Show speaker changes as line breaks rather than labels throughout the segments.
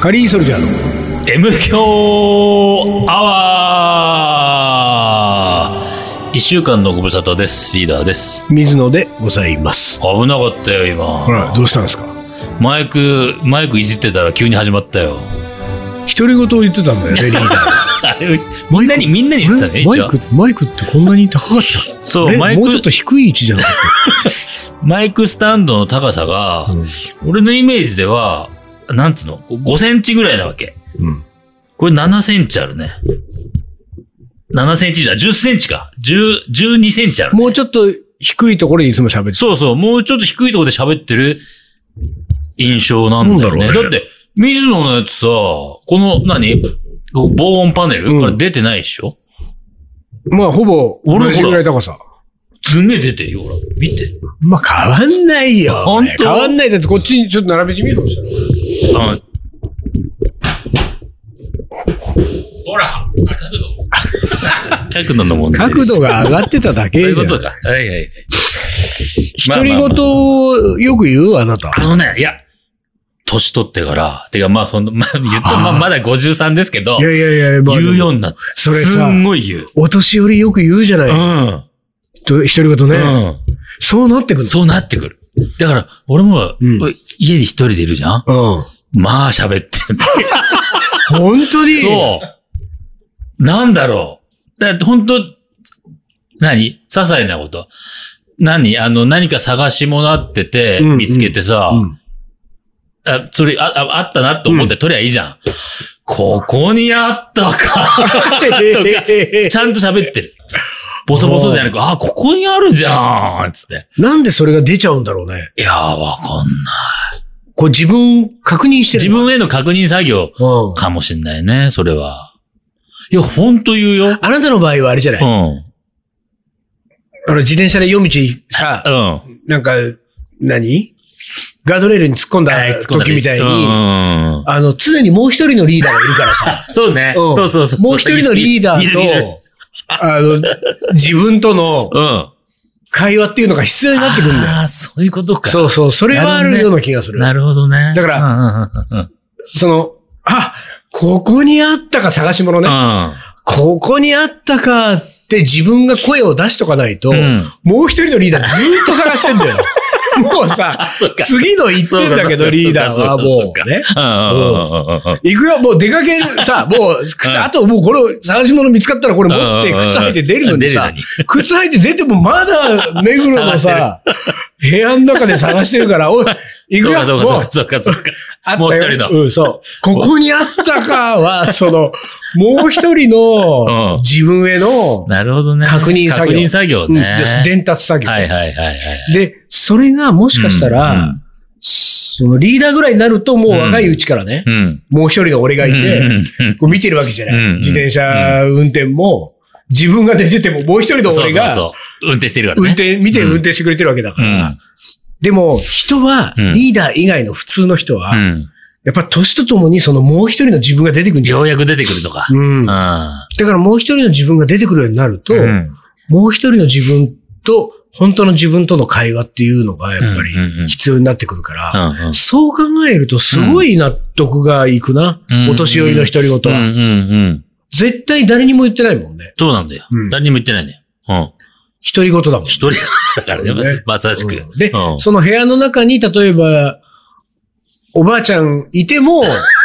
カリーソルジャーの
M 強アワー一週間のご無沙汰です。リーダーです。
水野でございます
危なかったよ、
ほら
今。
どうしたんですか
マイク、マイクいじってたら急に始まったよ。
独り言を言ってたんだよねリーダー
あれ みんなに、みんなに言ってたね、
マ
一
イ
応。
クマイクってこんなに高かったあ
そう、
れ
マイ
もうちょっ
ク
と、低い位置じゃなかっ
マイクスタンドの高さが
た、、
俺のイメージでは、なんつうの ?5 センチぐらいなわけ。
うん
これ7センチあるね。7センチじゃ、10センチか。10、12センチある。
もうちょっと低いところにいつも喋って
そうそう、もうちょっと低いところで喋ってる印象なんだよ
な
ね。
んだ
だ
ろうね
って、水野のやつさ、この何、防音パネル、
うん
これ出てないでしょ
まあほぼ
俺
同じぐらい高さ
すんげえ出てるよ、ほら。見て。
まあ変わんないよ
本当
変わんないだってこっちにちょっと並べてみようとしたら
あの ほら角度角度の問題で
角
す。
度が上がってただけ
そう
じ
い
ゃ
うんことか。はいはい。まあ
独り言をよく言うあなた
あのね、いや、年取ってから、てかまあ、その、まあ、言っても、まあ、まだ53ですけど
い、やいやいや、まあ
言うようになって。
それさ
すんごい言う。
お年寄りよく言うじゃない。
うん。
と独り言ね、
う
そうなってく
ん。
る。
そうなってくる。だから、俺も、
うん
家で一人でいるじゃん
うん。
まあ喋ってるんだけ
本当に
どそう。なんだろう。だって本当何些細なこと。何あの、何か探し物あってて、
うん
見つけてさ、
うん
あ、それあ、あ、あったなと思って取りゃいいじゃん。ここにあった か。ちゃんと喋ってる。ボソボソじゃなく、あ、ここにあるじゃんつって。
なんでそれが出ちゃうんだろうね。
いやー、わかんない。
こう自分確認してる。
自分への確認作業
うん。
かもしんないね、それは。いや、ほんと言うよ。
あなたの場合はあれじゃない、
う
あ
ん。
の自転車で夜道さ、
うん。
なんか、何ガードレールに突っ込んだ時みたいに、
うん。
あの、常にもう一人のリーダーがいるから さ、
そうね。
うん
そうそうそう。
もう一人のリーダ
い
ー
るいる
と、あの、自分との
うん。あ
会話っていうのが必要になってくる んだよ。
あー、そういうことか。
そうそう、それはあるような気がする。
なるほどね。
だから
うんうんうん
その、あ、ここにあったか探し物
う
ね。
ん。
ここにあったかって自分が声を出しとかないと、
うん
もう一人のリーダーずーっと探してんだ よ。もうさ、
そっか
次の行ってんだけど、リーダーはもう
そうか
ね。
うんうんうんうんうん。
行くよ、もう出かける、 さ、もう、
う
靴、
ん
あともうこれ、探し物見つかったらこれ持って、
うんうんうん
靴履いて出るのにさ
出るのに、
靴履いて出てもまだ、目黒のさ、部屋の中で探してるから、おい、行く
そ
よ
うか、そう
もう
か、そうか、そうか。
あったよ
もう一人の
うん、そう。ここにあったかは、そ の、もう一人
うん
の自分への、
なるほどね。
確認作業
確認作業
うん
ね。
で伝達作業。
はいはいはいはい。
で、それがもしかした
うん
ら、そのリーダーぐらいになると、もう若いうちからね、
うん。
もう一人の俺がい
うんうん
て、
うん
こう見てるわけじゃな
うん
い。自転車運転も、自分が出てても、もう一人の
そう
俺
そう
が、
そう。運転してるから
運
ね。
転、見て
うん
運転してくれてるわけだか
う
ら
ん。。
でも、人は
うん、
リーダー以外の普通の人は、
うん。
やっぱ年とともにそのもう一人の自分が出てくるんじゃ
ようやく出てくるとか。
うん。だ
う
からもう一人の自分が出てくるようになると、
ん。うん。
もう一人の自分と、本当の自分との会話っていうのがやっぱり
うんうんうん
必要になってくるから、
うん
そう考えるとすごい納得がいくな。
うん
お年寄りの独り言
うん
は、
うんうん。
絶対誰にも言ってないもんね。
そうなんだよ
うん。
誰にも言ってないね。うん。
独り言だもん。
一人だからね
そうね、
まさしく
うん。で、
うん
その部屋の中に例えば、おばあちゃんいて も、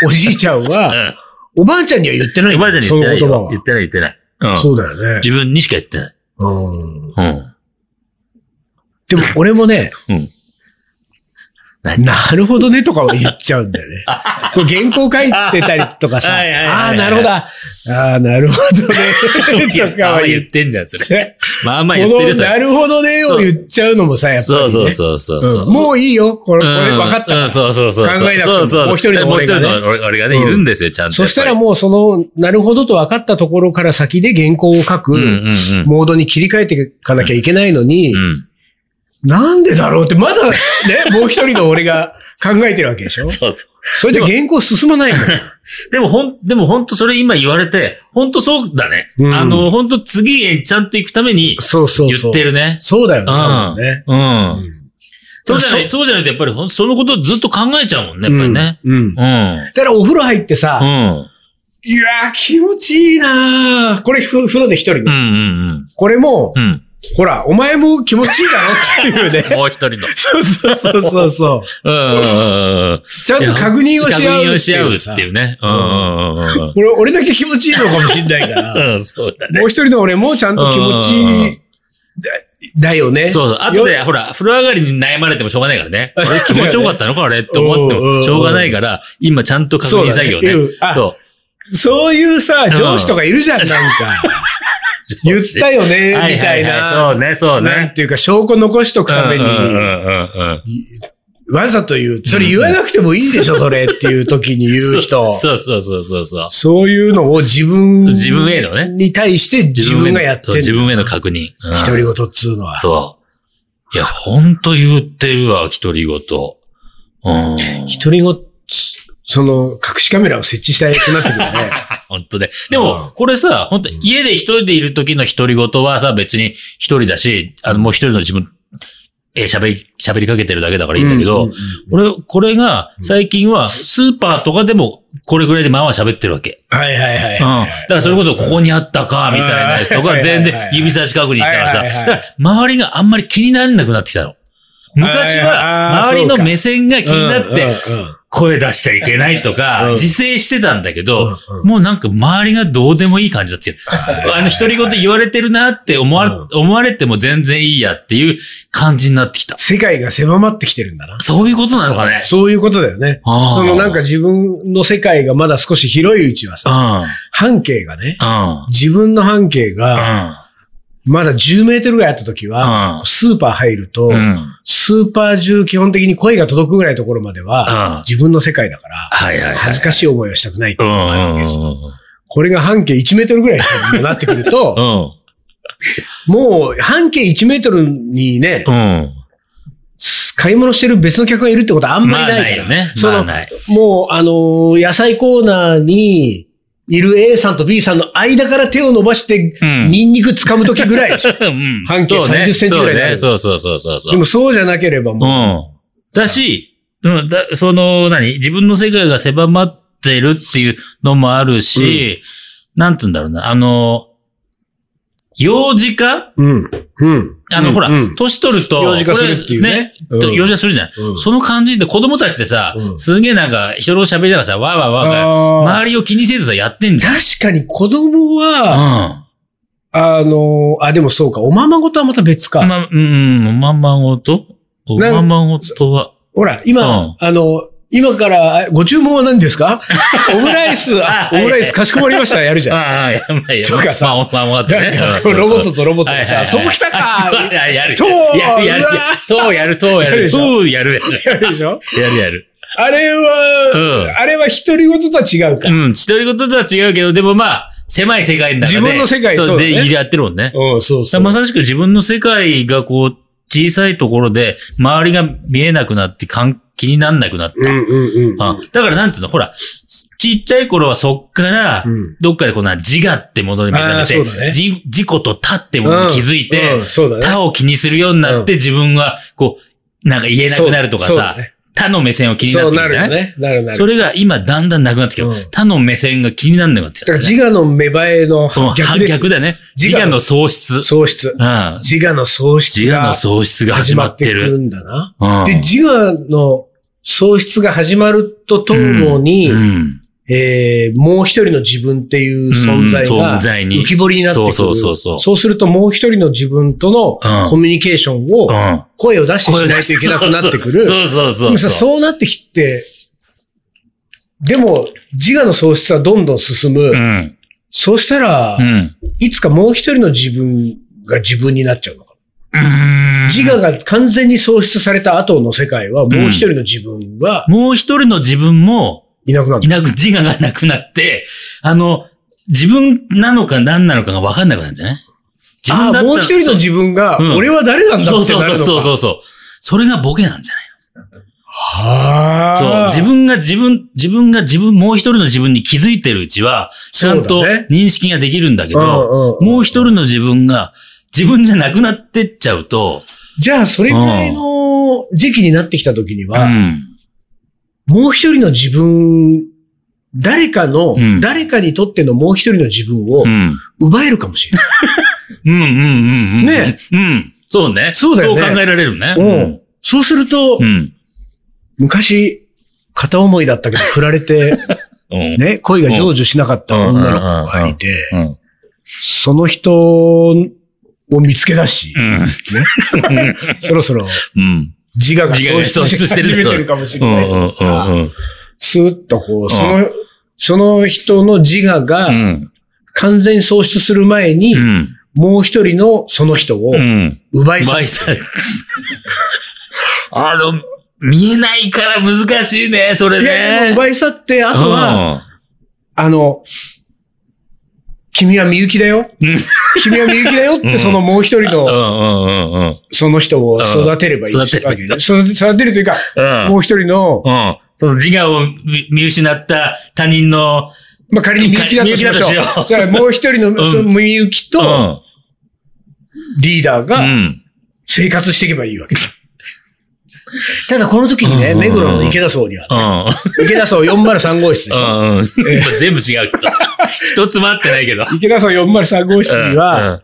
おじいちゃんは、おばあちゃんには言ってない
お
よ
ばあちゃんに言ってない
その言葉
よ
は。
言ってない言ってない。うん
そうだよね。
自分にしか言ってない。
うん。
うん。
でも俺もね、
うん
なるほどねとかは言っちゃうんだよ ね。こう原稿書いてたりとかさ、
はいはいはいはい
ああー、なるほど。ああー、なるほどね。とか
あん
は
ま
言っ
言ってんじゃん、それ。
ちゃう。
まあ まあ
こ
言ってる
の、
それ
なるほどねを言っちゃうのもさ、やっぱり、
そ
ね。
うそうそうそう
うん
そう。
もういいよ。これ、これ
うん
分かった。
うんそうそうそう。
考えなくても
そうそう
もう一人の俺がね
もう一人の俺俺がね、いるんですよ、ちゃんと。
そしたら
やっ
もうその、なるほどと分かったところから先で原稿を書く、
ぱりうんうんうん。
モードに切り替えていかなきゃいけないのに、
うん。
なんでだろうって、まだね、もう一人の俺が考えてるわけでしょ
そうそう。
それじゃ原稿進まないもん。
でもほん、でも本当それ今言われて、本当そうだね。
うん
あの、本当次へちゃんと行くために
そうそう
言
そう。
ってるね。
そうだよね、
うん
多分ね。
うん。そうじゃない、そうじゃないとやっぱりほんそのことずっと考えちゃうもんね、やっぱりね。
うん。うん。だ
うん。
からお風呂入ってさ、
うん。
いやー気持ちいいなーこれふ風呂で一人
うんう
ね。
ん
これも、
うん。うん。
ほら、お前も気持ちいいだろって いうね。
もう一人の。
そうそうそうそうそう。
うんうんうんうん。
ちゃんと確認をし合う。
確認をし合うっていうね。うんうんうんうん
これ、俺だけ気持ちいいのかもしんないから。
うん。うん、そうだね。
もう一人の俺もちゃんと気持ちいいだだよね。
そうそう。あとで、ほら、風呂上がりに悩まれてもしょうがないか らね。俺気持ちよかったのか、あれって思ってもしょうがないから、今ちゃんと確認作
そう
業ね
だねうん。あ
そ
そういうさ、上司とかいるじゃん、なんか。 言ったよ
う。
ね、みたい
はは
な。
はそうね、そ
な
う
ん
ね。
ていうか、証拠残しとくために
うん、うんうんうん
わざと言う。それ言わなくてもいいでしょ、それっていう時に言う人。
そうそうそうそうそう。
そういうのを自分
自分へのね
に対して自分がやって
そう
る。
自分への確認。うん
独り言っつうのは。
そう。いや、ほんと言ってるわ、独り言。うん。
独り言、その、隠しカメラを設置したくなってくるね。
本当で。で
うん
も、これさ、本当家で一人でいる時の独り言はさ、別に一人だし、あの、もう一人の自分、えー、喋り、喋りかけてるだけだからいいんだけど、
うんうんうん
俺、これが、最近は、スーパーとかでも、これぐらいでまあまあ喋ってるわけ。
はいはいはい。
うん。だからそれこそ、ここにあったか、みたいなやつと
う
か、
ん
全
はいはいはい
然
はい
指差し確認したらさ、
はいはいは
だ
い
から周りがあんまり気にならなくなってきたの。昔
あー
は、周りの目線が気になって、
うんうんうん
声出しちゃいけないと
うん
か、自制してたんだけど、
うん
もうなんか周りがどうでもいい感じだっていう。
はい
あの、独り言言われてるなって思わ、思われても全然いいやっていう感じになってきた。
世界が狭まってきてるんだな。
そういうことなのかね。
そういうことだよね。
あー
そのなんか自分の世界がまだ少し広いうちは
う
さ、
ん。うん。
半径がね、
うん。
自分の半径が
う
まだ10メートルぐらいあった時は
う、ん
スーパー入ると、
ん。
スーパー中基本的に声が届くぐらいのところまでは
うん、
自分の世界だから、
はいはいはい。
恥ずかしい思いをしたくないって
う
い
ん
う
う
のがあるわ
ん
け
う
ですよ
ん。
これが半径1メートルぐらいになってくる
う
と、
ん。
もう半径1メートルにね、
うん。
買い物してる別の客がいるってことはあんま
ま
り
あ
ないか
な
ら。
いよね。
そ
まあ
の、
ない。
もう、あのー野菜コーナーにいる A さんと B さんの間から手を伸ばして、
うん
ニンニク掴むときぐらいでしょ。
うん
半径
そうね
30センチぐらいになる
そうねそうそうそうそうそう。
でもそうじゃなければも
うん。だし、うん、だその、何自分の世界が狭まってるっていうのもあるし、なんつうんだろうな、あの、幼児化
う、うん、うん。
あの、
うん
ほら
うん、
年取ると、
幼児化するっていうね
これ
うん
幼児化するじゃない、
うん
その感じで子供たちでさ、
うん
すげえなんか、人と喋りながらさ、わーわーわーわー
あー
周りを気にせずさ、やってんじゃん。
確かに子供は、
うん。
あのーあ、でもそうか、おままごとはまた別か。
ま、うん、おままごとお
なん
ままごとは。
ほら、今、
うん
あの、今から、あご注文は何です かオムライス、あ、オムライスかしこまりました、やるじゃん。
ああ、やばいやばい。
とかさ
まあ、おままごと
な
ね
ん。か、ロボットとロボット
はい
で
はい
さ、
はい
そうきたか
あ ややる。
とう
やるやる
うわ。
とうやる、とう
や
や
るで
る、
しょ
とうやる。
やるでしょ
やるやる。
あれは、
う
あれは独り言とは違うか。
ん。うん。独り言とは違うけど、でもまあ、狭い世界の中で。
自分の世界そ
そうう
だね
で、やってるもんね。
うん、そうそう。
まさしく自分の世界がこう、小さいところで、周りが見えなくなって、かん気になんなくなった。
うんうんうん。
あだからなんつうの、ほら、ちっちゃい頃はそっから
うん、
どっかでこうな、自我ってものに目
あー
覚
そう
め
だね
て、じ自己と他ってものに気づいて
うんうん、そうだね。
他を気にするようになって、自分は、こう、なんか言えなくなるとか
そうそうだ
さ、
ね
他の目線を気にな
そう
ってく
な
る
る
じゃ
よ
ない
ね。なるな
そ
る。
れが今、だんだんなくなってきた
うん。
他の目線が気にならなくなって
だ
き
から
たね。
自我の芽生えの
うん
逆
反
です。
逆だね。
自
自
我
我
の
の喪失。
喪失。
うん
自我の喪失
自我
が
の喪失が
始
始
ま
ま
っ
ってて
くる
る。
んだな。
うん
で、自我の喪失が始まるとともに、
うん
えーもう一人の自分っていう存在
うん
が
存在に
浮き彫りになってくる。
そうそうそうそう
するともう一人の自分との
うん
コミュニケーションを
うん
声を出してしないといけなくなってくる。
そうそうそ
で
う
もさ
そう。
そうなってきて、でも自我の喪失はどんどん進む。
うん。
そうしたら、
うん。
いつかもう一人の自分が自分になっちゃうのか。自我が完全に喪失された後の世界は、もう一人の自分は
もう一人の自分も、
いなくなる
い。なく、自我がなくなって、あの、自分なのか何なのかが分かんなくなるんじゃない自
あ
分だ
あ、
ったら
もう一人の自分が、
うん
俺は誰なんだ
そう
って
そう
なるのか。
そうそうそう。それがボケなんじゃ
はあ。
ないそう。自分が自分、自分が自分、もう一人の自分に気づいてるうちは、ちゃん
そう
と
だね
認識ができるんだけ
うんうん
ど、
うん
もう一人の自分が自分じゃなくなってっちゃうと、
じゃあ、それぐらいの時期になってきた時に
う
は、
ん。
もう一人の自分、誰かの、
うん
誰かにとってのもう一人の自分を
うん。
奪えるかもしれない。
うんうんうんうん。
ね
うん。そうね。
そうだよね
そう考えられるね。
うんそうすると、
うん。
昔、片思いだったけど振られ て、
うん。
ね、恋が成就しなかった女の子がいて、
うん。
その人を見つけ出し、そろそろ
うん。
自我が
自我が喪失してる
始めてるかもし
う
れ
ん。
な
う
いと
ん。
か
うん。
スーッとこう、その、その人の自我
う
が
ん。
完全に喪失する前に、
うん。
もう一人のその人を
うん。
奪い去
バ
る。
イサイあの、見えないから難しいね、それ
いや、でも
ね。
奪い去って、あとは、あの、君はみゆきだよ。君はみゆきだよっ
うん
て、そのもう一人
うん、う
の、
ん、うん、うん。
その人を育てればいいわけで。
うん
育て育てるというか、
うん。
もう一人の、
うん。その自我を見見失った他人の、
まあ、仮にみゆきだとしましょ
みゆきだとしよう
う。じゃあ、もう一人の、
うん
そのみゆき
う
と、
ん。
リーダー
う
が
ん。
生活していけばいいわ けだ。ただ、この時にね、
うん
目黒の池田荘には、
うん。
池田荘403号室でしょ。
うん。うん全部違うけど。一つも合ってないけど。
池田荘403号室に
うんう
は、
ん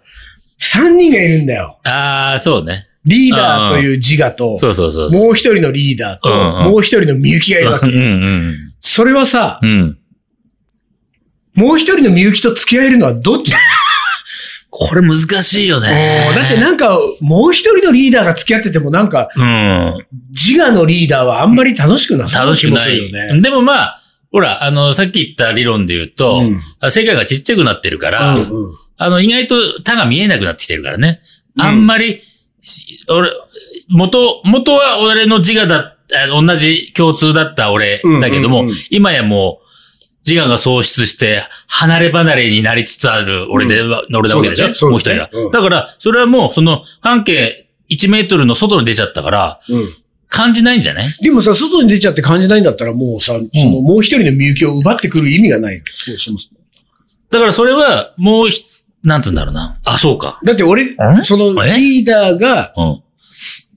3人がいるんだよ。
ああ、そうね。
リーダーという自我と、
そうそうそう。
もう一人のリーダー
うんう
と、
ん
もう一人のみゆきがいるわ
うん
け。
うん
それはさ、
うん。うん。
もう一人のみゆきと付き合えるのはどっちだ
これ難しいよね。
だってなんか、もう一人のリーダーが付き合っててもなんか、
うん。
自我のリーダーはあんまり楽しくなさそう
楽
な
し
気
く
も
な
する
い。
よね。
でもまあ、ほら、あの、さっき言った理論で言うと、
うん
あ世界がちっちゃくなってるから、
うんうん
あの、意外と他が見えなくなってきてるからね。あんまり、し俺、元、元は俺の自我だ、あ同じ共通だった俺だけども、
うんうんうん
今やもう、自我が喪失して、離れ離れになりつつある俺で、俺なわけでしょ、
そう
もう
だね
一人が。
そうだねうん
だから、それはもう、その、半径1メートルの外に出ちゃったから、
うん
感じないんじゃない
でもさ、外に出ちゃって感じないんだったらもうさ、そのもう一人のみゆきを奪ってくる意味がない。そうそうそう
だからそれは、もうひ、なんつうんだろうな。あ、そうか。
だって俺
え、
その
え
リーダーが
うん。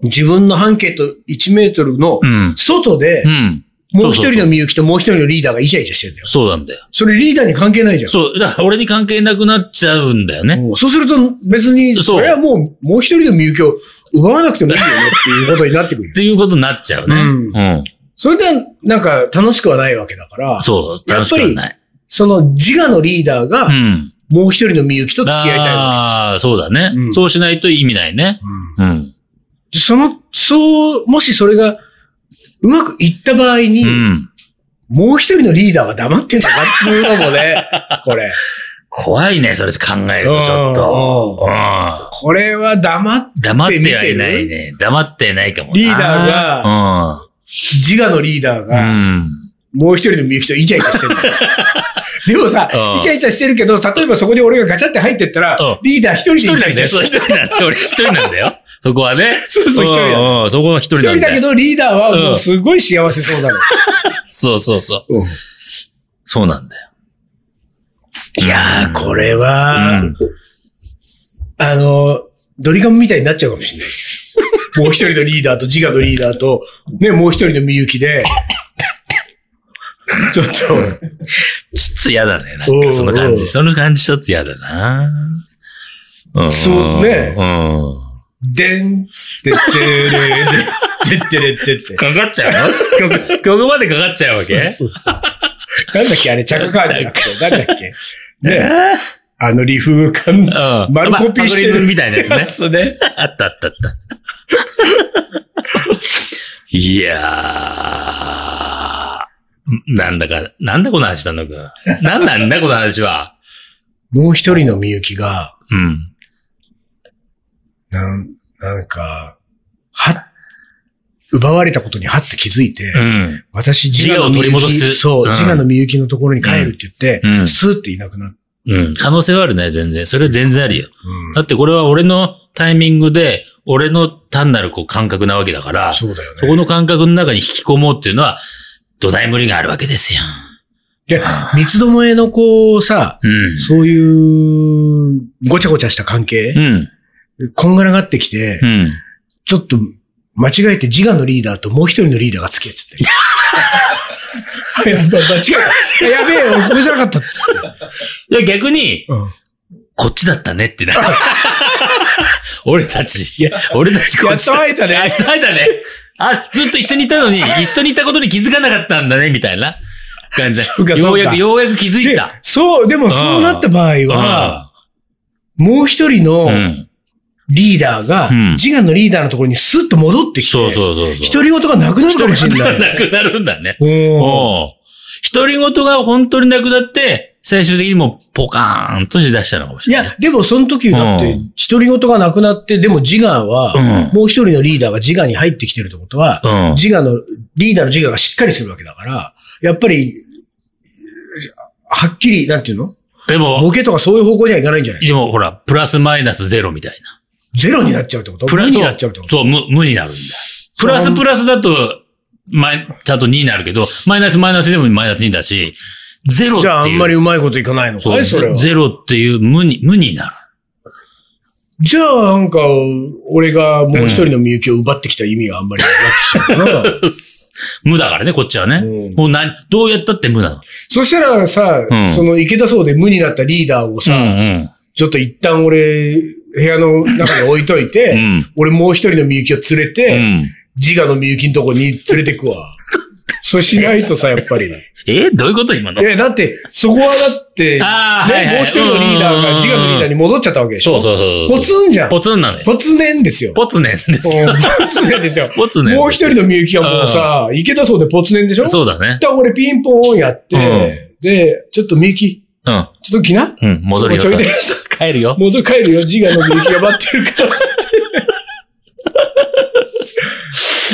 自分の半径と1メートルの
うん。
外で
う、ん。
もう一
そうそう
人
そ
のみゆきともう一人のリーダーがイチャイチャしてんだよ。
そうなんだよ。
それリーダーに関係ないじゃん。
そう。だから俺に関係なくなっちゃうんだよね。
もうそうすると別に、
そう
それはもう、もう一人のみゆきを奪わなくてもいいよねっていうことになってくる
っ。ていうことになっちゃうね。
うん
うん。
それでは、なんか楽しくはないわけだから、そ
そう。楽しくはない。
の自我のリーダーが
う、ん。
もう一人のみゆきと付き合いたいわ
ああ、そうだ
う
ね。
ん
そうしないと意味ないね
け。。うん
うん。
その、そう、もしそれが、うまくいった場合に、
うん。
もう一人のリーダーが黙ってんのかっていうのも ね、これ。
怖いね、それ考えるとちょっと。
う
うんん。
これは黙っ、
黙ってはいないね。黙ってないかもな。
リーダー自我のリーダー
う
が、
ん。うん。
もう一人のみゆきとイチャイチャしてるんだ よ。でもさ
う、ん
イチャイチャしてるけど、例えばそこに俺がガチャって入ってったら
うん、
リーダー一
一
人
人
でイチャイ
なんだ
チャ
よ。
して
そう、
る。
一人なんだよ。俺一人なんだよ。そこはね。
そうそう一人だよ
うんうんそこは一人
一
なん
人だ
だよ。
けど、リーダーはもうすごい幸せそうなの。
そうそうそう。そうなんだよ。
いやー、これは、
うん
あの、ドリカムみたいになっちゃうかもしれ ない。もう一人のリーダーと、自我のリーダーと、ね、もう一人のみゆきで、ちょっと、
ちょっと嫌だね。な
うんんう
か
ん
その感じ。その感じちょっと嫌だな。うん
そうね
うん。
でん、てってれれ、てってれってって。
かかっちゃ うの曲曲までかかっちゃうわけ
そうそうそう。なんだっけあれ、着火じゃなくて、なんだっけ ね、
え
あのリフ感
ーうん。
丸コピーしてる
まあアドリブみたいなやつね。
そうね。
あったあったあった。いやー。なんだか、なんだこの話なんだか。なんなんだこの話は。
もう一人のみゆきが、
うん。
なん、なんか、は、奪われたことにはって気づいて、
うん。
私自我のみゆ
自我を取り戻
き、
す
そう、
うん
自我のみゆきのところに帰るって言って、
うんうん
スーっていなくなる。
うん。可能性はあるね、全然。それは全然あるよ。
うん
だってこれは俺のタイミングで、俺の単なるこう感覚なわけだから、そ
そうだよね。
この感覚の中に引き込もうっていうのは、土台無理があるわけですよ。
で、三つどもえのこうさ、
う
そういう、ごちゃごちゃした関係、
ん。うん。
こんがらがってきて
う、ん。
ちょっと、間違えて自我のリーダーともう一人のリーダーが付き合って て。間違えた。やべえよ、これじゃなかったっつって。
いや、逆に、
うん
こっちだったねってなる。 俺たち、いや、俺たちこっちだ。
会えた
やっ。と会えたね。あ、ずっと一緒にいたのに、一緒にいたことに気づかなかったんだね、みたいな感じ
そうか
で。ようや
そうか
く、ようやく気づい
で
た。
そう、でもそうなった場合は、もう一人の
うん。
リーダーが
うん、
自我のリーダーのところにスッと戻ってきて、
そうそうそうそう。
独り言がなくなるかもしれない。
なくなるんだね。
うん
おう独り言が本当になくなって、最終的にもうポカーンとしだしたのかもし
い
れない。
や、でもその時だって
う、
独り言がなくなって、でも自我は、
う
もう一人のリーダーが自我に入ってきてるってことは、
うん。
自我の、リーダーの自我がしっかりするわけだから、やっぱり、はっきり、なんていうの
でも、
ボケとかそういう方向にはいかないんじゃない
でもほら、プラスマイナスゼロみたいな。
ゼロになっちゃうってこと
プラ
無
ス
になっちゃうってこと
そう、無、無になるんだ。プラスプラスだと、マイ、ちゃんと2になるけど、マイナスマイナスでもマイナス2だし、ゼロって
じゃああ
い
ん
う。
まりうまいこといかないの
そ
か
う、
いそれは。
ゼロっていう無に、無になる。
じゃあなんか、俺がもう一人のみゆきを奪ってきた意味があんまりなくなってきちゃうな。
無だからね、こっちはね。
うん
もう何、どうやったって無なの。
そしたらさ、
うん
その池田そうで無になったリーダーをさ、
ん
ちょっと一旦俺、部屋の中に置いといて、
うん
俺もう一人のみゆきを連れて、
うん。
自我のみゆきのとこに連れてくわ。そうしないとさ、やっ ぱり。
えどういうこと今の
いや、だって、そこはだって、ね、
あーはいはい
もう一人のリーダーが自我のリーダーに戻っちゃったわけでし
そ
ょ。
うそうそうそう。
ポツンじゃん。
ポツンなのよ。
ポツねんですよ。
ポツネンですよ。
うんポツねんですよ。
ポツネン。
もう一人のみゆきはもうさ、池田そうでポツねんでしょ
そうだね
一。旦俺ピンポンやって、
う
で、ちょっとみゆき、
うん。
ちょっと来な
うん。戻るよ
ちょっとちょいで。
帰るよ。
戻って帰るよ、自我のみゆきが待ってるから、つ って。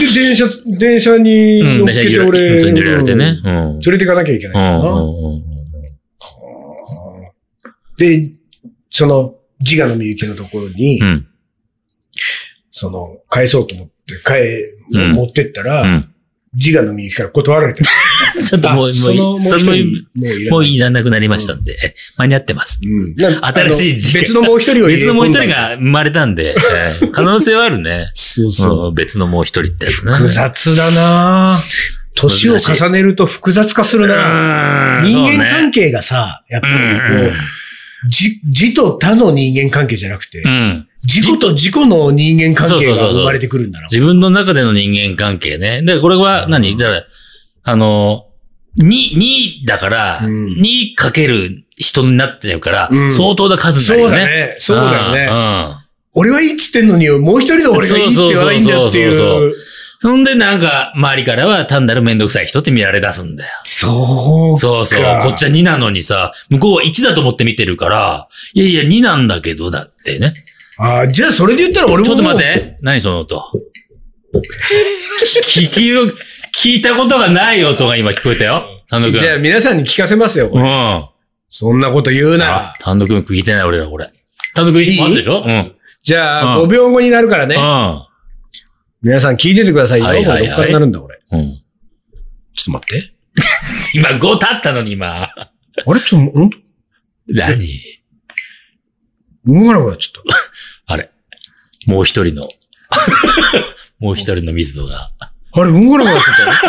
で、電車、電車に
うん。
乗っ
電車
け
に
て
揺
俺、
れ入れられてね
う。ん
うん。
連れてかなきゃいけない
うん
からな。
うんうん。
で、その、自我のみゆきのところに、
うん。
その、返そうと思って、帰、
うん
持ってったら、
うん。
自我のみゆきから断られてた。
ちょっともう、もうい
あ
い、
その、もう一
それもい
人、もうい
い
ら
も
な
う
い。
いらなくなりましたんで、間に合ってます。
うんなんか
新しい自我
あの別のもう一人を入れ
別のもう
込
一
ん
人
だ。
が生まれたんで、えー可能性はあるね。
そう そう。
うん別のもう一人ってやつね。
複雑だなぁ年を重ねると複雑化するなぁ
うん
人間
そうね
関係がさ、やっぱりこ
うんうん
う、じ、自と他の人間関係じゃなくて
う、ん。
自己と自己の人間関係が生まれてくるんだな。
自分の中での人間関係ね。で、これは何、だから、あの、2、2だから、
うん
2かける人になっちゃうから、
うん
相当な数に
そ
なるよ
うだ
ね。
ね。そうだよね。
ね。うん。
俺はいいっつってんのに、もう一人の俺がいいって言わないんだよって
そうそ
いう。
そんで、なんか、周りからは単なるめんどくさい人って見られ出すんだよ。
そう。
そうそう。こっちは2なのにさ、向こうは1だと思って見てるから、いやいや、2なんだけど、だってね。
あじゃあそれで言ったら俺も。
ちょっと待っ。て。何そ の音。聞きよ、聞いたことがない音が今聞こえたよ。単独君。
じゃあ皆さんに聞かせますよ。こ
う
れ
ん。
そんなこと言うな
あ。単独君聞いてない俺ら、これ。単独君
いい
待つでしょうん。うん。
じゃあ、
うん
5秒後になるからね。皆さん聞いててくださいよ。こ
はい
れ
はいはい
どっからなるんだ、俺。
うん。
ちょっと待って。
今5経ったのに、今。
あれちょっと、ん
何
動かなくなっちゃった。
あれ。もう一人の。 もう一人の水野が。
あれ、動かなくなっちゃったよ。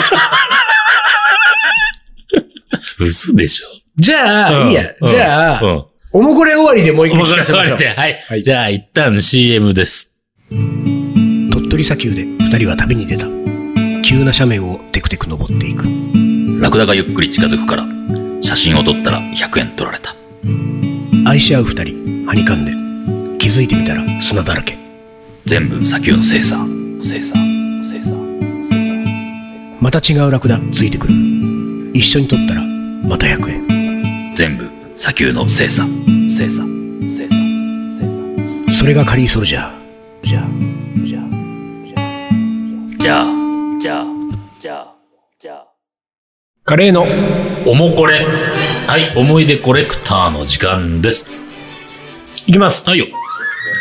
嘘でしょ。
じゃ
う
あ、
ん
いいや。
うん
じゃ
う
あ、
ん。
おもこれ終わりでもう一回
お別
聞
れ
かせ
終
ま
わ
しょ
り
う
で。。はい。
はい
じゃあ、一旦 CM です。
鳥取砂丘で二人は旅に出た。急な斜面をテクテク登っていく。
ラクダがゆっくり近づくから写真を撮ったら100円取られた
愛し合う二人はにかんで気づいてみたら砂だらけ
全部砂丘の精査精査精査
また違うラクダついてくる一緒に取ったらまた100円
全部砂丘の精査精査精査精査
それがカリーソルジャーじゃあじゃあ
じゃあじゃあじゃあじゃあ
カレーの
おもこれはい思い出コレクターの時間です
いきます
はいよ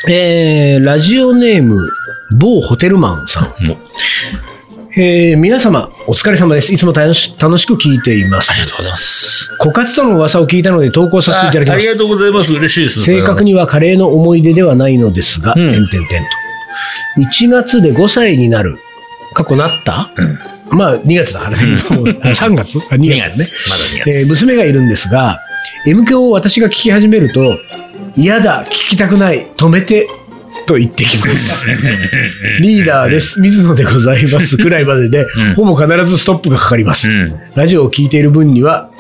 えー、ラジオネーム某ホテルマンさん、
もう
えー、皆様お疲れ様ですいつも楽し楽しく聞いていま
あり
す
がとうございます
枯渇との噂を聞いたので投稿させていただきました
とうございます嬉しいです
正確にはカレーの思い出ではないのですが、
うん
点々点と。 1月で5歳になる。過去なった、まあ、2月だからね。3月 あ ?2 月
2月
ね
ね。。まだ2月。
えー娘がいるんですが、M 響を私が聞き始めると、嫌だ、聞きたくない、止めて、と言ってきます。リーダーです、水野でございます、くらいまでで、
ん
ほぼ必ずストップがかかります。ラジオを聞いている分には、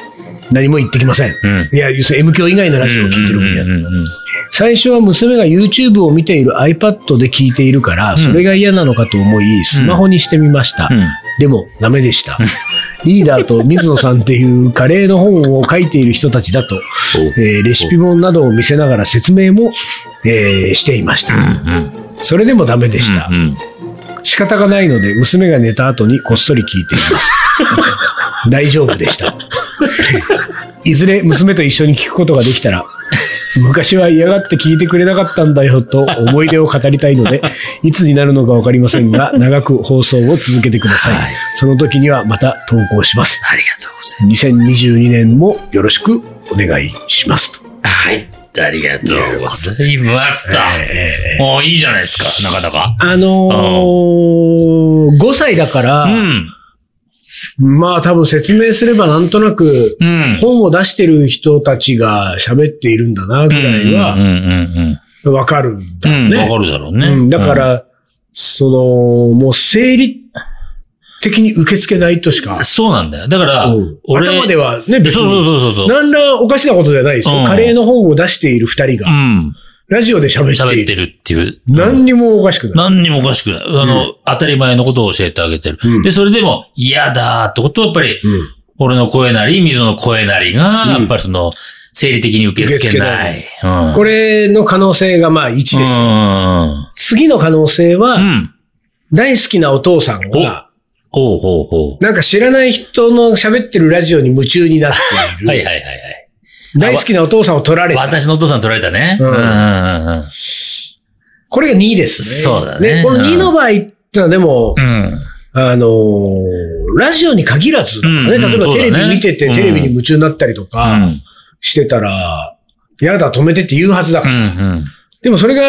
何も言ってきません。
う
いや、要するに M 響以外のラジオを聞いてる分には。最初は娘が YouTube を見ている iPad で聞いているから、それが嫌なのかと思い、スマホにしてみました。でも、ダメでした。リーダーと水野さんっていうカレーの本を書いている人たちだと、えーレシピ本などを見せながら説明も、えーしていました。それでもダメでした。仕方がないので、娘が寝た後にこっそり聞いています。大丈夫でした。いずれ娘と一緒に聞くことができたら、昔は嫌がって聞いてくれなかったんだよと思い出を語りたいので、いつになるのかわかりませんが、長く放送を続けてください。
はい
その時にはまた投稿します。
ありがとうござい
2022年もよろしくお願いしますと。
ます。はい。ありがとうございました。
え
もういいじゃないですか、なかなか。
ーあのー、5歳だから、
うん。
まあ多分説明すればなんとなく、
うん。
本を出してる人たちが喋っているんだな、ぐらい
うん
は、わかるんだ
うんうん。う
よ
ん。わ
ね。
かるだろう
う
ね。
んだから、その、もう生理的に受け付けないとしか、
そうなんだよ。だから
うん、
俺、
頭で
は
はね、
そう
別
そう
に。
そうそう。
何らおかしなことじゃないですよ。
うん
カレーの本を出している二人
う
が、
ん。
ラジオで喋って
喋
い
って
る。
るっていう。
何にもおかしくない。
何にもおかしくない。あの、当たり前のことを教えてあげてる。
うん
で、それでも、嫌だーってことは、やっぱり、
うん
俺の声なり、水野の声なりが、
うん
やっぱりその、生理的に受け付けない。
受
うん。
これの可能性がまあ1です
う
よ。
ん。
次の可能性
う
は、
ん。
大好きなお父さんが、
ほうほうほ。
なんか知らない人の喋ってるラジオに夢中になっていうる。
はいはいはいはい。
大好きなお父さんを取られた。
私のお父さん取られたね。
う
うんん。うんうんうん。
これが2ですね。
そうだね
この2の場合ってのはでも、
うん
あのーラジオに限らずだからね、
うんう
例え
ん
ば
そうだ
テ
ね
レビ見てて、
うん
テレビに夢中になったりと
う
か
ん。
してたら、やだ、止めてって言うはずだ
う
から。
んうん。
でもそれが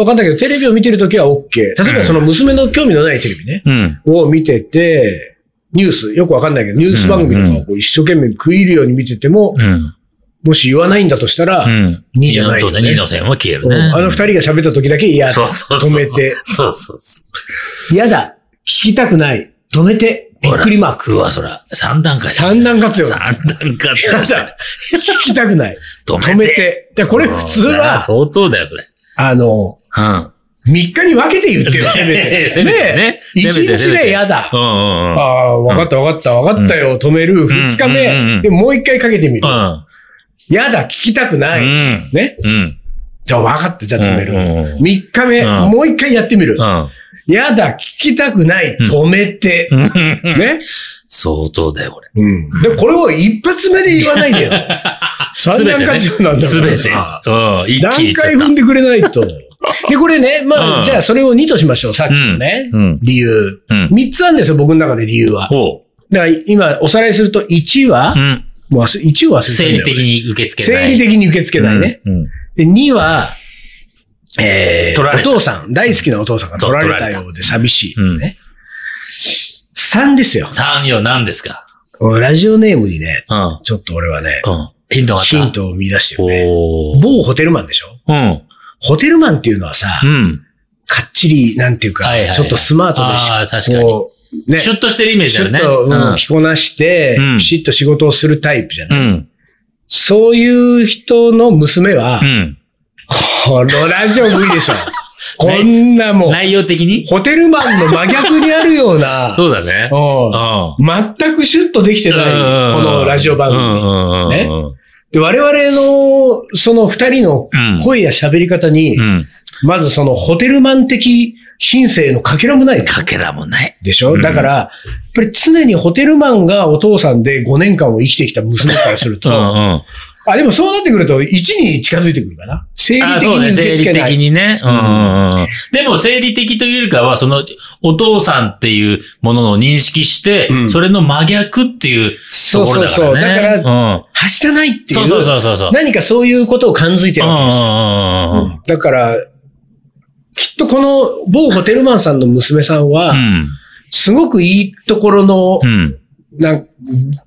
わかんないけど、テレビを見てるときは OK。例えばその娘の興味のないテレビね、
うん。
を見てて、ニュース、よくわかんないけど、ニュース番組とかをこう一生懸命食い入るように見てても、
うん。
もし言わないんだとしたら、
うん。
二じゃない
そ
よ
う
ね
だね。二の線は消える
うん
ね。
あの二人が喋った時だけ嫌だ。
そうそうそう
止めて。
そうそうそ
嫌だ。聞きたくない。止めて。びっくりマー
う。う
ク。
わ、そら、三段階。
三段活用。
三段活用
嫌
して
だ。聞きたくない。
止
止め。て。で、これ普通
うん
は、
相当だよ、これ。
あの、
うん。
3日に分けて言ってる。せめて。
せめてね
1
せめてせ
日
めて
目嫌だ
う。んうんうん。
ああ、分かった分かった分かったよ。止める。2日
うんうんう
目。
ん
でももう1回かけてみる
う。ん。
嫌だ。聞きたくない。
うん。
ね。
うん。
じゃあ分かった。じゃあ止める。
うんうん
3日目、
うん
もう1回やってみる
う。ん。
嫌だ。聞きたくない。止めて。
うん
ね。
相当だよ、これ。
うん。で、これを一発目で言わないで よ。三段活用なんだ
す
か
べ
ら
てね。
さ。
うん。一
段
気にいっちゃっ
階
た
踏んでくれない と。で、これね、まあ、
うん
じゃあそれを2としましょう、さっきのね。
うんうん
理由。
うん。
3つあるんですよ、僕の中で理由は。
ほ
だから今、おさらいすると、1は
う。う、ん。
もう1を忘れてるん
生理
だよ
的に受け付けな
生
い。
理的に受け付けないね。
うん。うん。
で、2は、え
取ら
ー、お
れた
父さん、大好きなお父さんが取られたようで寂し
うん
い。ね。3ですよ。
三四何ですか
ラジオネームにね、
うん。うん。
ちょっと俺はね、
ヒントがあった。
ヒントを見出してるね。
おー。
某ホテルマンでしょ
うん。
ホテルマンっていうのはさ、
うん。
かっちり、なんていうか、
はいはいはい
ちょっとスマートでし
あー確かに
こうね、
シュッとしてるイメージだよね。
シュッと、うん
うん
着こなして、
うん
ピシッと仕事をするタイプじゃ
う
ない、
ん。
そういう人の娘は
う、ん。
このラジオ無理でし ょ。こんなもう、
内容的に
ホテルマンの真逆にあるような、
そうだね。
うん
うん。
全くシュッとできてない、このラジオ番組。
組
ね
ね。うん
で我々の、その二人の声や喋り方に、
うん。
まずそのホテルマン的人生のかけらもない
かけらもない。
でしょ、だから、やっぱり常にホテルマンがお父さんで5年間を生きてきた娘からする
う
と、
んうん。
あ、でもそうなってくると1に近づいてくるかな。生理
あ
的
そう
に
ね、
受け
生
付
理
けな
的
い。
にね。うんんうんうん。でも、生理的というよりかは、その、お父さんっていうものを認識して、
うん
それの真逆っていう
そ
と
う
こ
そ
ろ
う
だか
そう。
ら
だか
ね。
ら、
うん。
はしたないってい。
そううそうそうそうそう。
何かそういうことを感づいて
う
る
んう
わけですよ。
んうんうんうん。
だから、きっとこの某ホテルマンさんの娘さんは、すごくいいところの
う、ん。
なん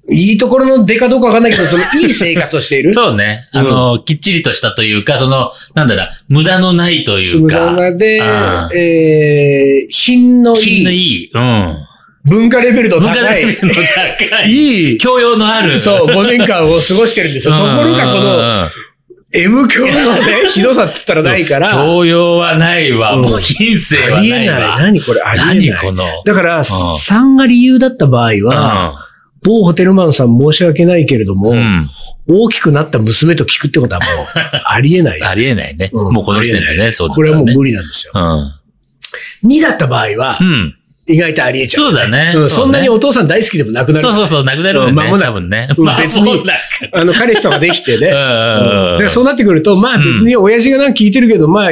いいところの出かどうかわかんないけど、そのいい生活をしている。
そうね。あの、きっちりとしたというか、その、なんだろう、無駄のないとい
つ
う
む
か。
らがで、
うん
えー、品の
品の
いい、
いい。うん。
文化レベルの
文化
高
レベ
い、
ルの高い。
いい、
教養のある。
そう、5年間を過ごしてるんですよ。ところがこの、M 教のね、ひどさっつったら
の
ないから、
教養はないわ。
うん
もう品性は
あ
な
りえな
い
い。
わ。
何これ、ありえ
何
ない。
この。
だから、3が理由だった場合は、某ホテルマンさん申し訳ないけれども、
うん。うん。
大きくなった娘と聞くってことはもう、 ありえない。
ありえないね。
うん
もうこの時点でね、そうだ
これはもう
ね。
無理なんですよ。2だった場合は
う、ん。うん。
意外とありえちゃう。
そうだね。
うんそんなに
そう
お父さん大好きでもなく
ね
なる
そう。そうそう、なくなるよ
う
ね。
ん間もなく
多分ね。
うん別に
間もなく
あの、彼氏とかできてね。
うん
で、そうなってくると、まあ別に親父がなんか聞いてるけど、まあ、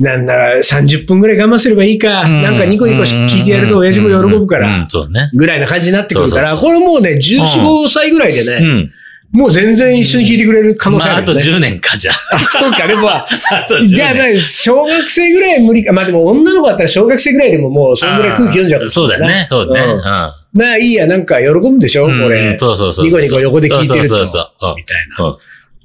なんだ、30分ぐらい我慢すればいいか、
うん
なんかニコニコし聞いてやると親父も喜ぶか
うんう
ら
ん、そうね。
ぐらいな感じになってくるから、
そうそ
これもうね、14、5歳ぐらいで
う
ね、
ん。
もう全然一緒に聞いてくれる可能性
まあ、
あ
あ
る
と
よね。
10年か、じゃ
あ、そうか、でも、まあ
あ。あと10
いや、
年。
まあ、小学生ぐらいは無理か。まあでも女の子だったら小学生ぐらいでももう、そんぐらい空気読んじゃうから
あ
な
ーそうだよね。そうだね。
んまあいいや、なんか喜ぶでしょ、こ
うんう
れ
ん。そうそうそう。
ニコニコ横で聞いてると
そうそうそう。
みたいな。
うんうん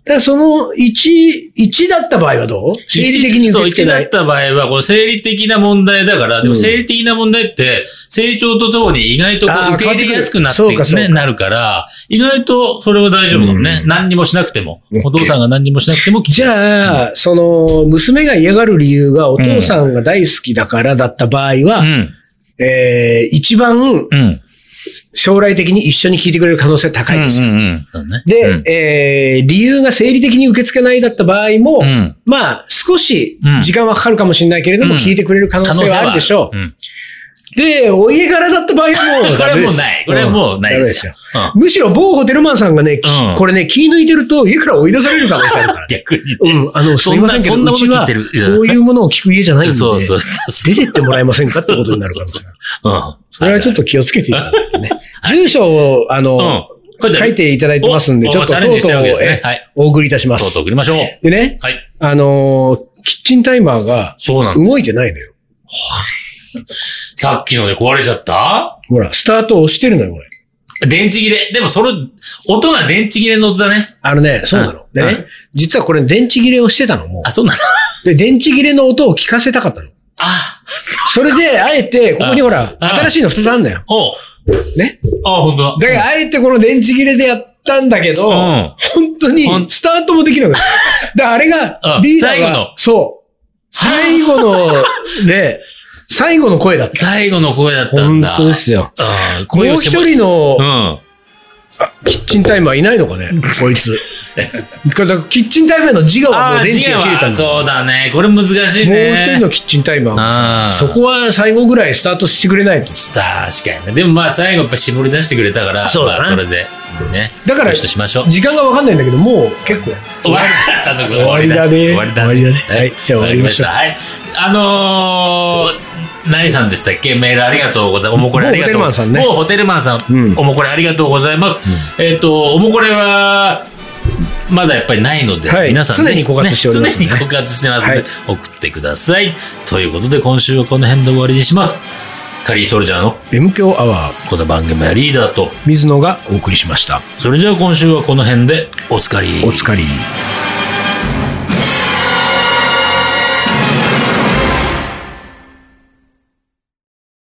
だからその1、1だった場合はどう生理的に受け付けな
そ
い
う、一。致だった場合は、この生理的な問題だから、でも
うん
生理的な問題って、生理長とともに意外とこ
あ
う
ー
受け入れやすくなって
変わってくるそうかそう
ね、
か
なるから、意外とそれは大丈夫かもね。
うん
何にもしなくても
OK。
お父さんが何にもしなくても聞き
じ
やすい
ゃあ、その、娘が嫌がる理由がお父さんが大好きだからだった場合は、
うん。
えー一番
うん。うん。
将来的に一緒に聞いてくれる可能性高いです。
うんうん。そうね。
で、
うん
えー理由が生理的に受け付けないだった場合も、
うん
まあ、少し
うん
時間はかかるかもしれないけれども、
うん
聞いてくれる可能性はあるでしょう。
可能性はあるうん
で、お家柄だった場合 はもう
これ
ダ
は
メで
もう
すよ、
ない。これはもうない
ん
ですよ。
ダメむしろ某ホテルマンさんがね、き
うん
これね、気抜いてると家から追い出される可能性あるか
う
ら
ん。逆にね。
うん、あの、す
そ
い
ん
ま
な
せんけ
そ
ど、
ん
う
なも
ち
の聞
はい
てる。
こういうものを聞く家じゃないんで、
そうそうそう。
出てってもらえませんかってことにな るからさ。
うん。
それはちょっと気をつけていただいてね。住所を、あの、
うん。
書いていただいてますんで、
お
ちょっと
チャ
と
レン
う
ジし
と
て
う
るわけですね
え
はい
お送りいたしま
とう
す
とう。送りましょう。
でね、
はい。
あのーキッチンタイマーが
そうなんだ。
動いてないのよ。
さっきので壊れちゃった
ほら、スタートを押してるのよ、これ。
電池切れ。でもそれ、音が電池切れの音だね。
あのね、そうなの。
うん
で
う
ね、実はこれ電池切れをしてたのもう
あ、そうなの
で、電池切れの音を聞かせたかったの。
あ、
それで、あえて、ここにほら、
うん
新しいの2つあんだよ。
おう。
ね。
あ、ほんと
だから、あえてこの電池切れでやったんだけど、
うん。
本当に
ほ、ん
スタートもできなかった。で、あれが
う、ん
リーダー
最後の
が、そう。最後 の、で、最後の声だった。
最後の声だったん
本
だ。
当ですよ。
あー
もう
声を
一
しても
人の
うん。
キッチンタイマーいないのかね、こいつ。だからキッチンタイマーの自我はもう電池が切れたんだ。もう
そうだね。これ難しい
一人
ね。
のキッチンタイマー
あ
が
ー
さ、そこは最後ぐらいスタートしてくれないと。
確かにね。でもまあ最後やっぱ絞り出してくれたから、
そうだな
まあそれで。ね。
だから
よしとしましょう。
時間がわかんないんだけど、もう結構。
終わりだったとこ
終わりだね。
終わりだね。
はい、じゃあ終わりましょう。
はい。あのー、何さんでしたっけメールありがとうございます。おもこれありがとう。
某ホテルマンさんね
もうホテルマンさん、
うん
おもこれありがとうございます。えっ、と、おもこれは、まだやっぱりないので、
はい
皆さんぜひ
常に枯渇しております
ね常に枯渇してますので、
はい
送ってください。ということで、今週はこの辺で終わりにします。カリーソルジャーの
M 強アワー、
この番組はリーダーと、
水野がお送りしました。
それじゃあ今週はこの辺でおつかり。
お疲れ。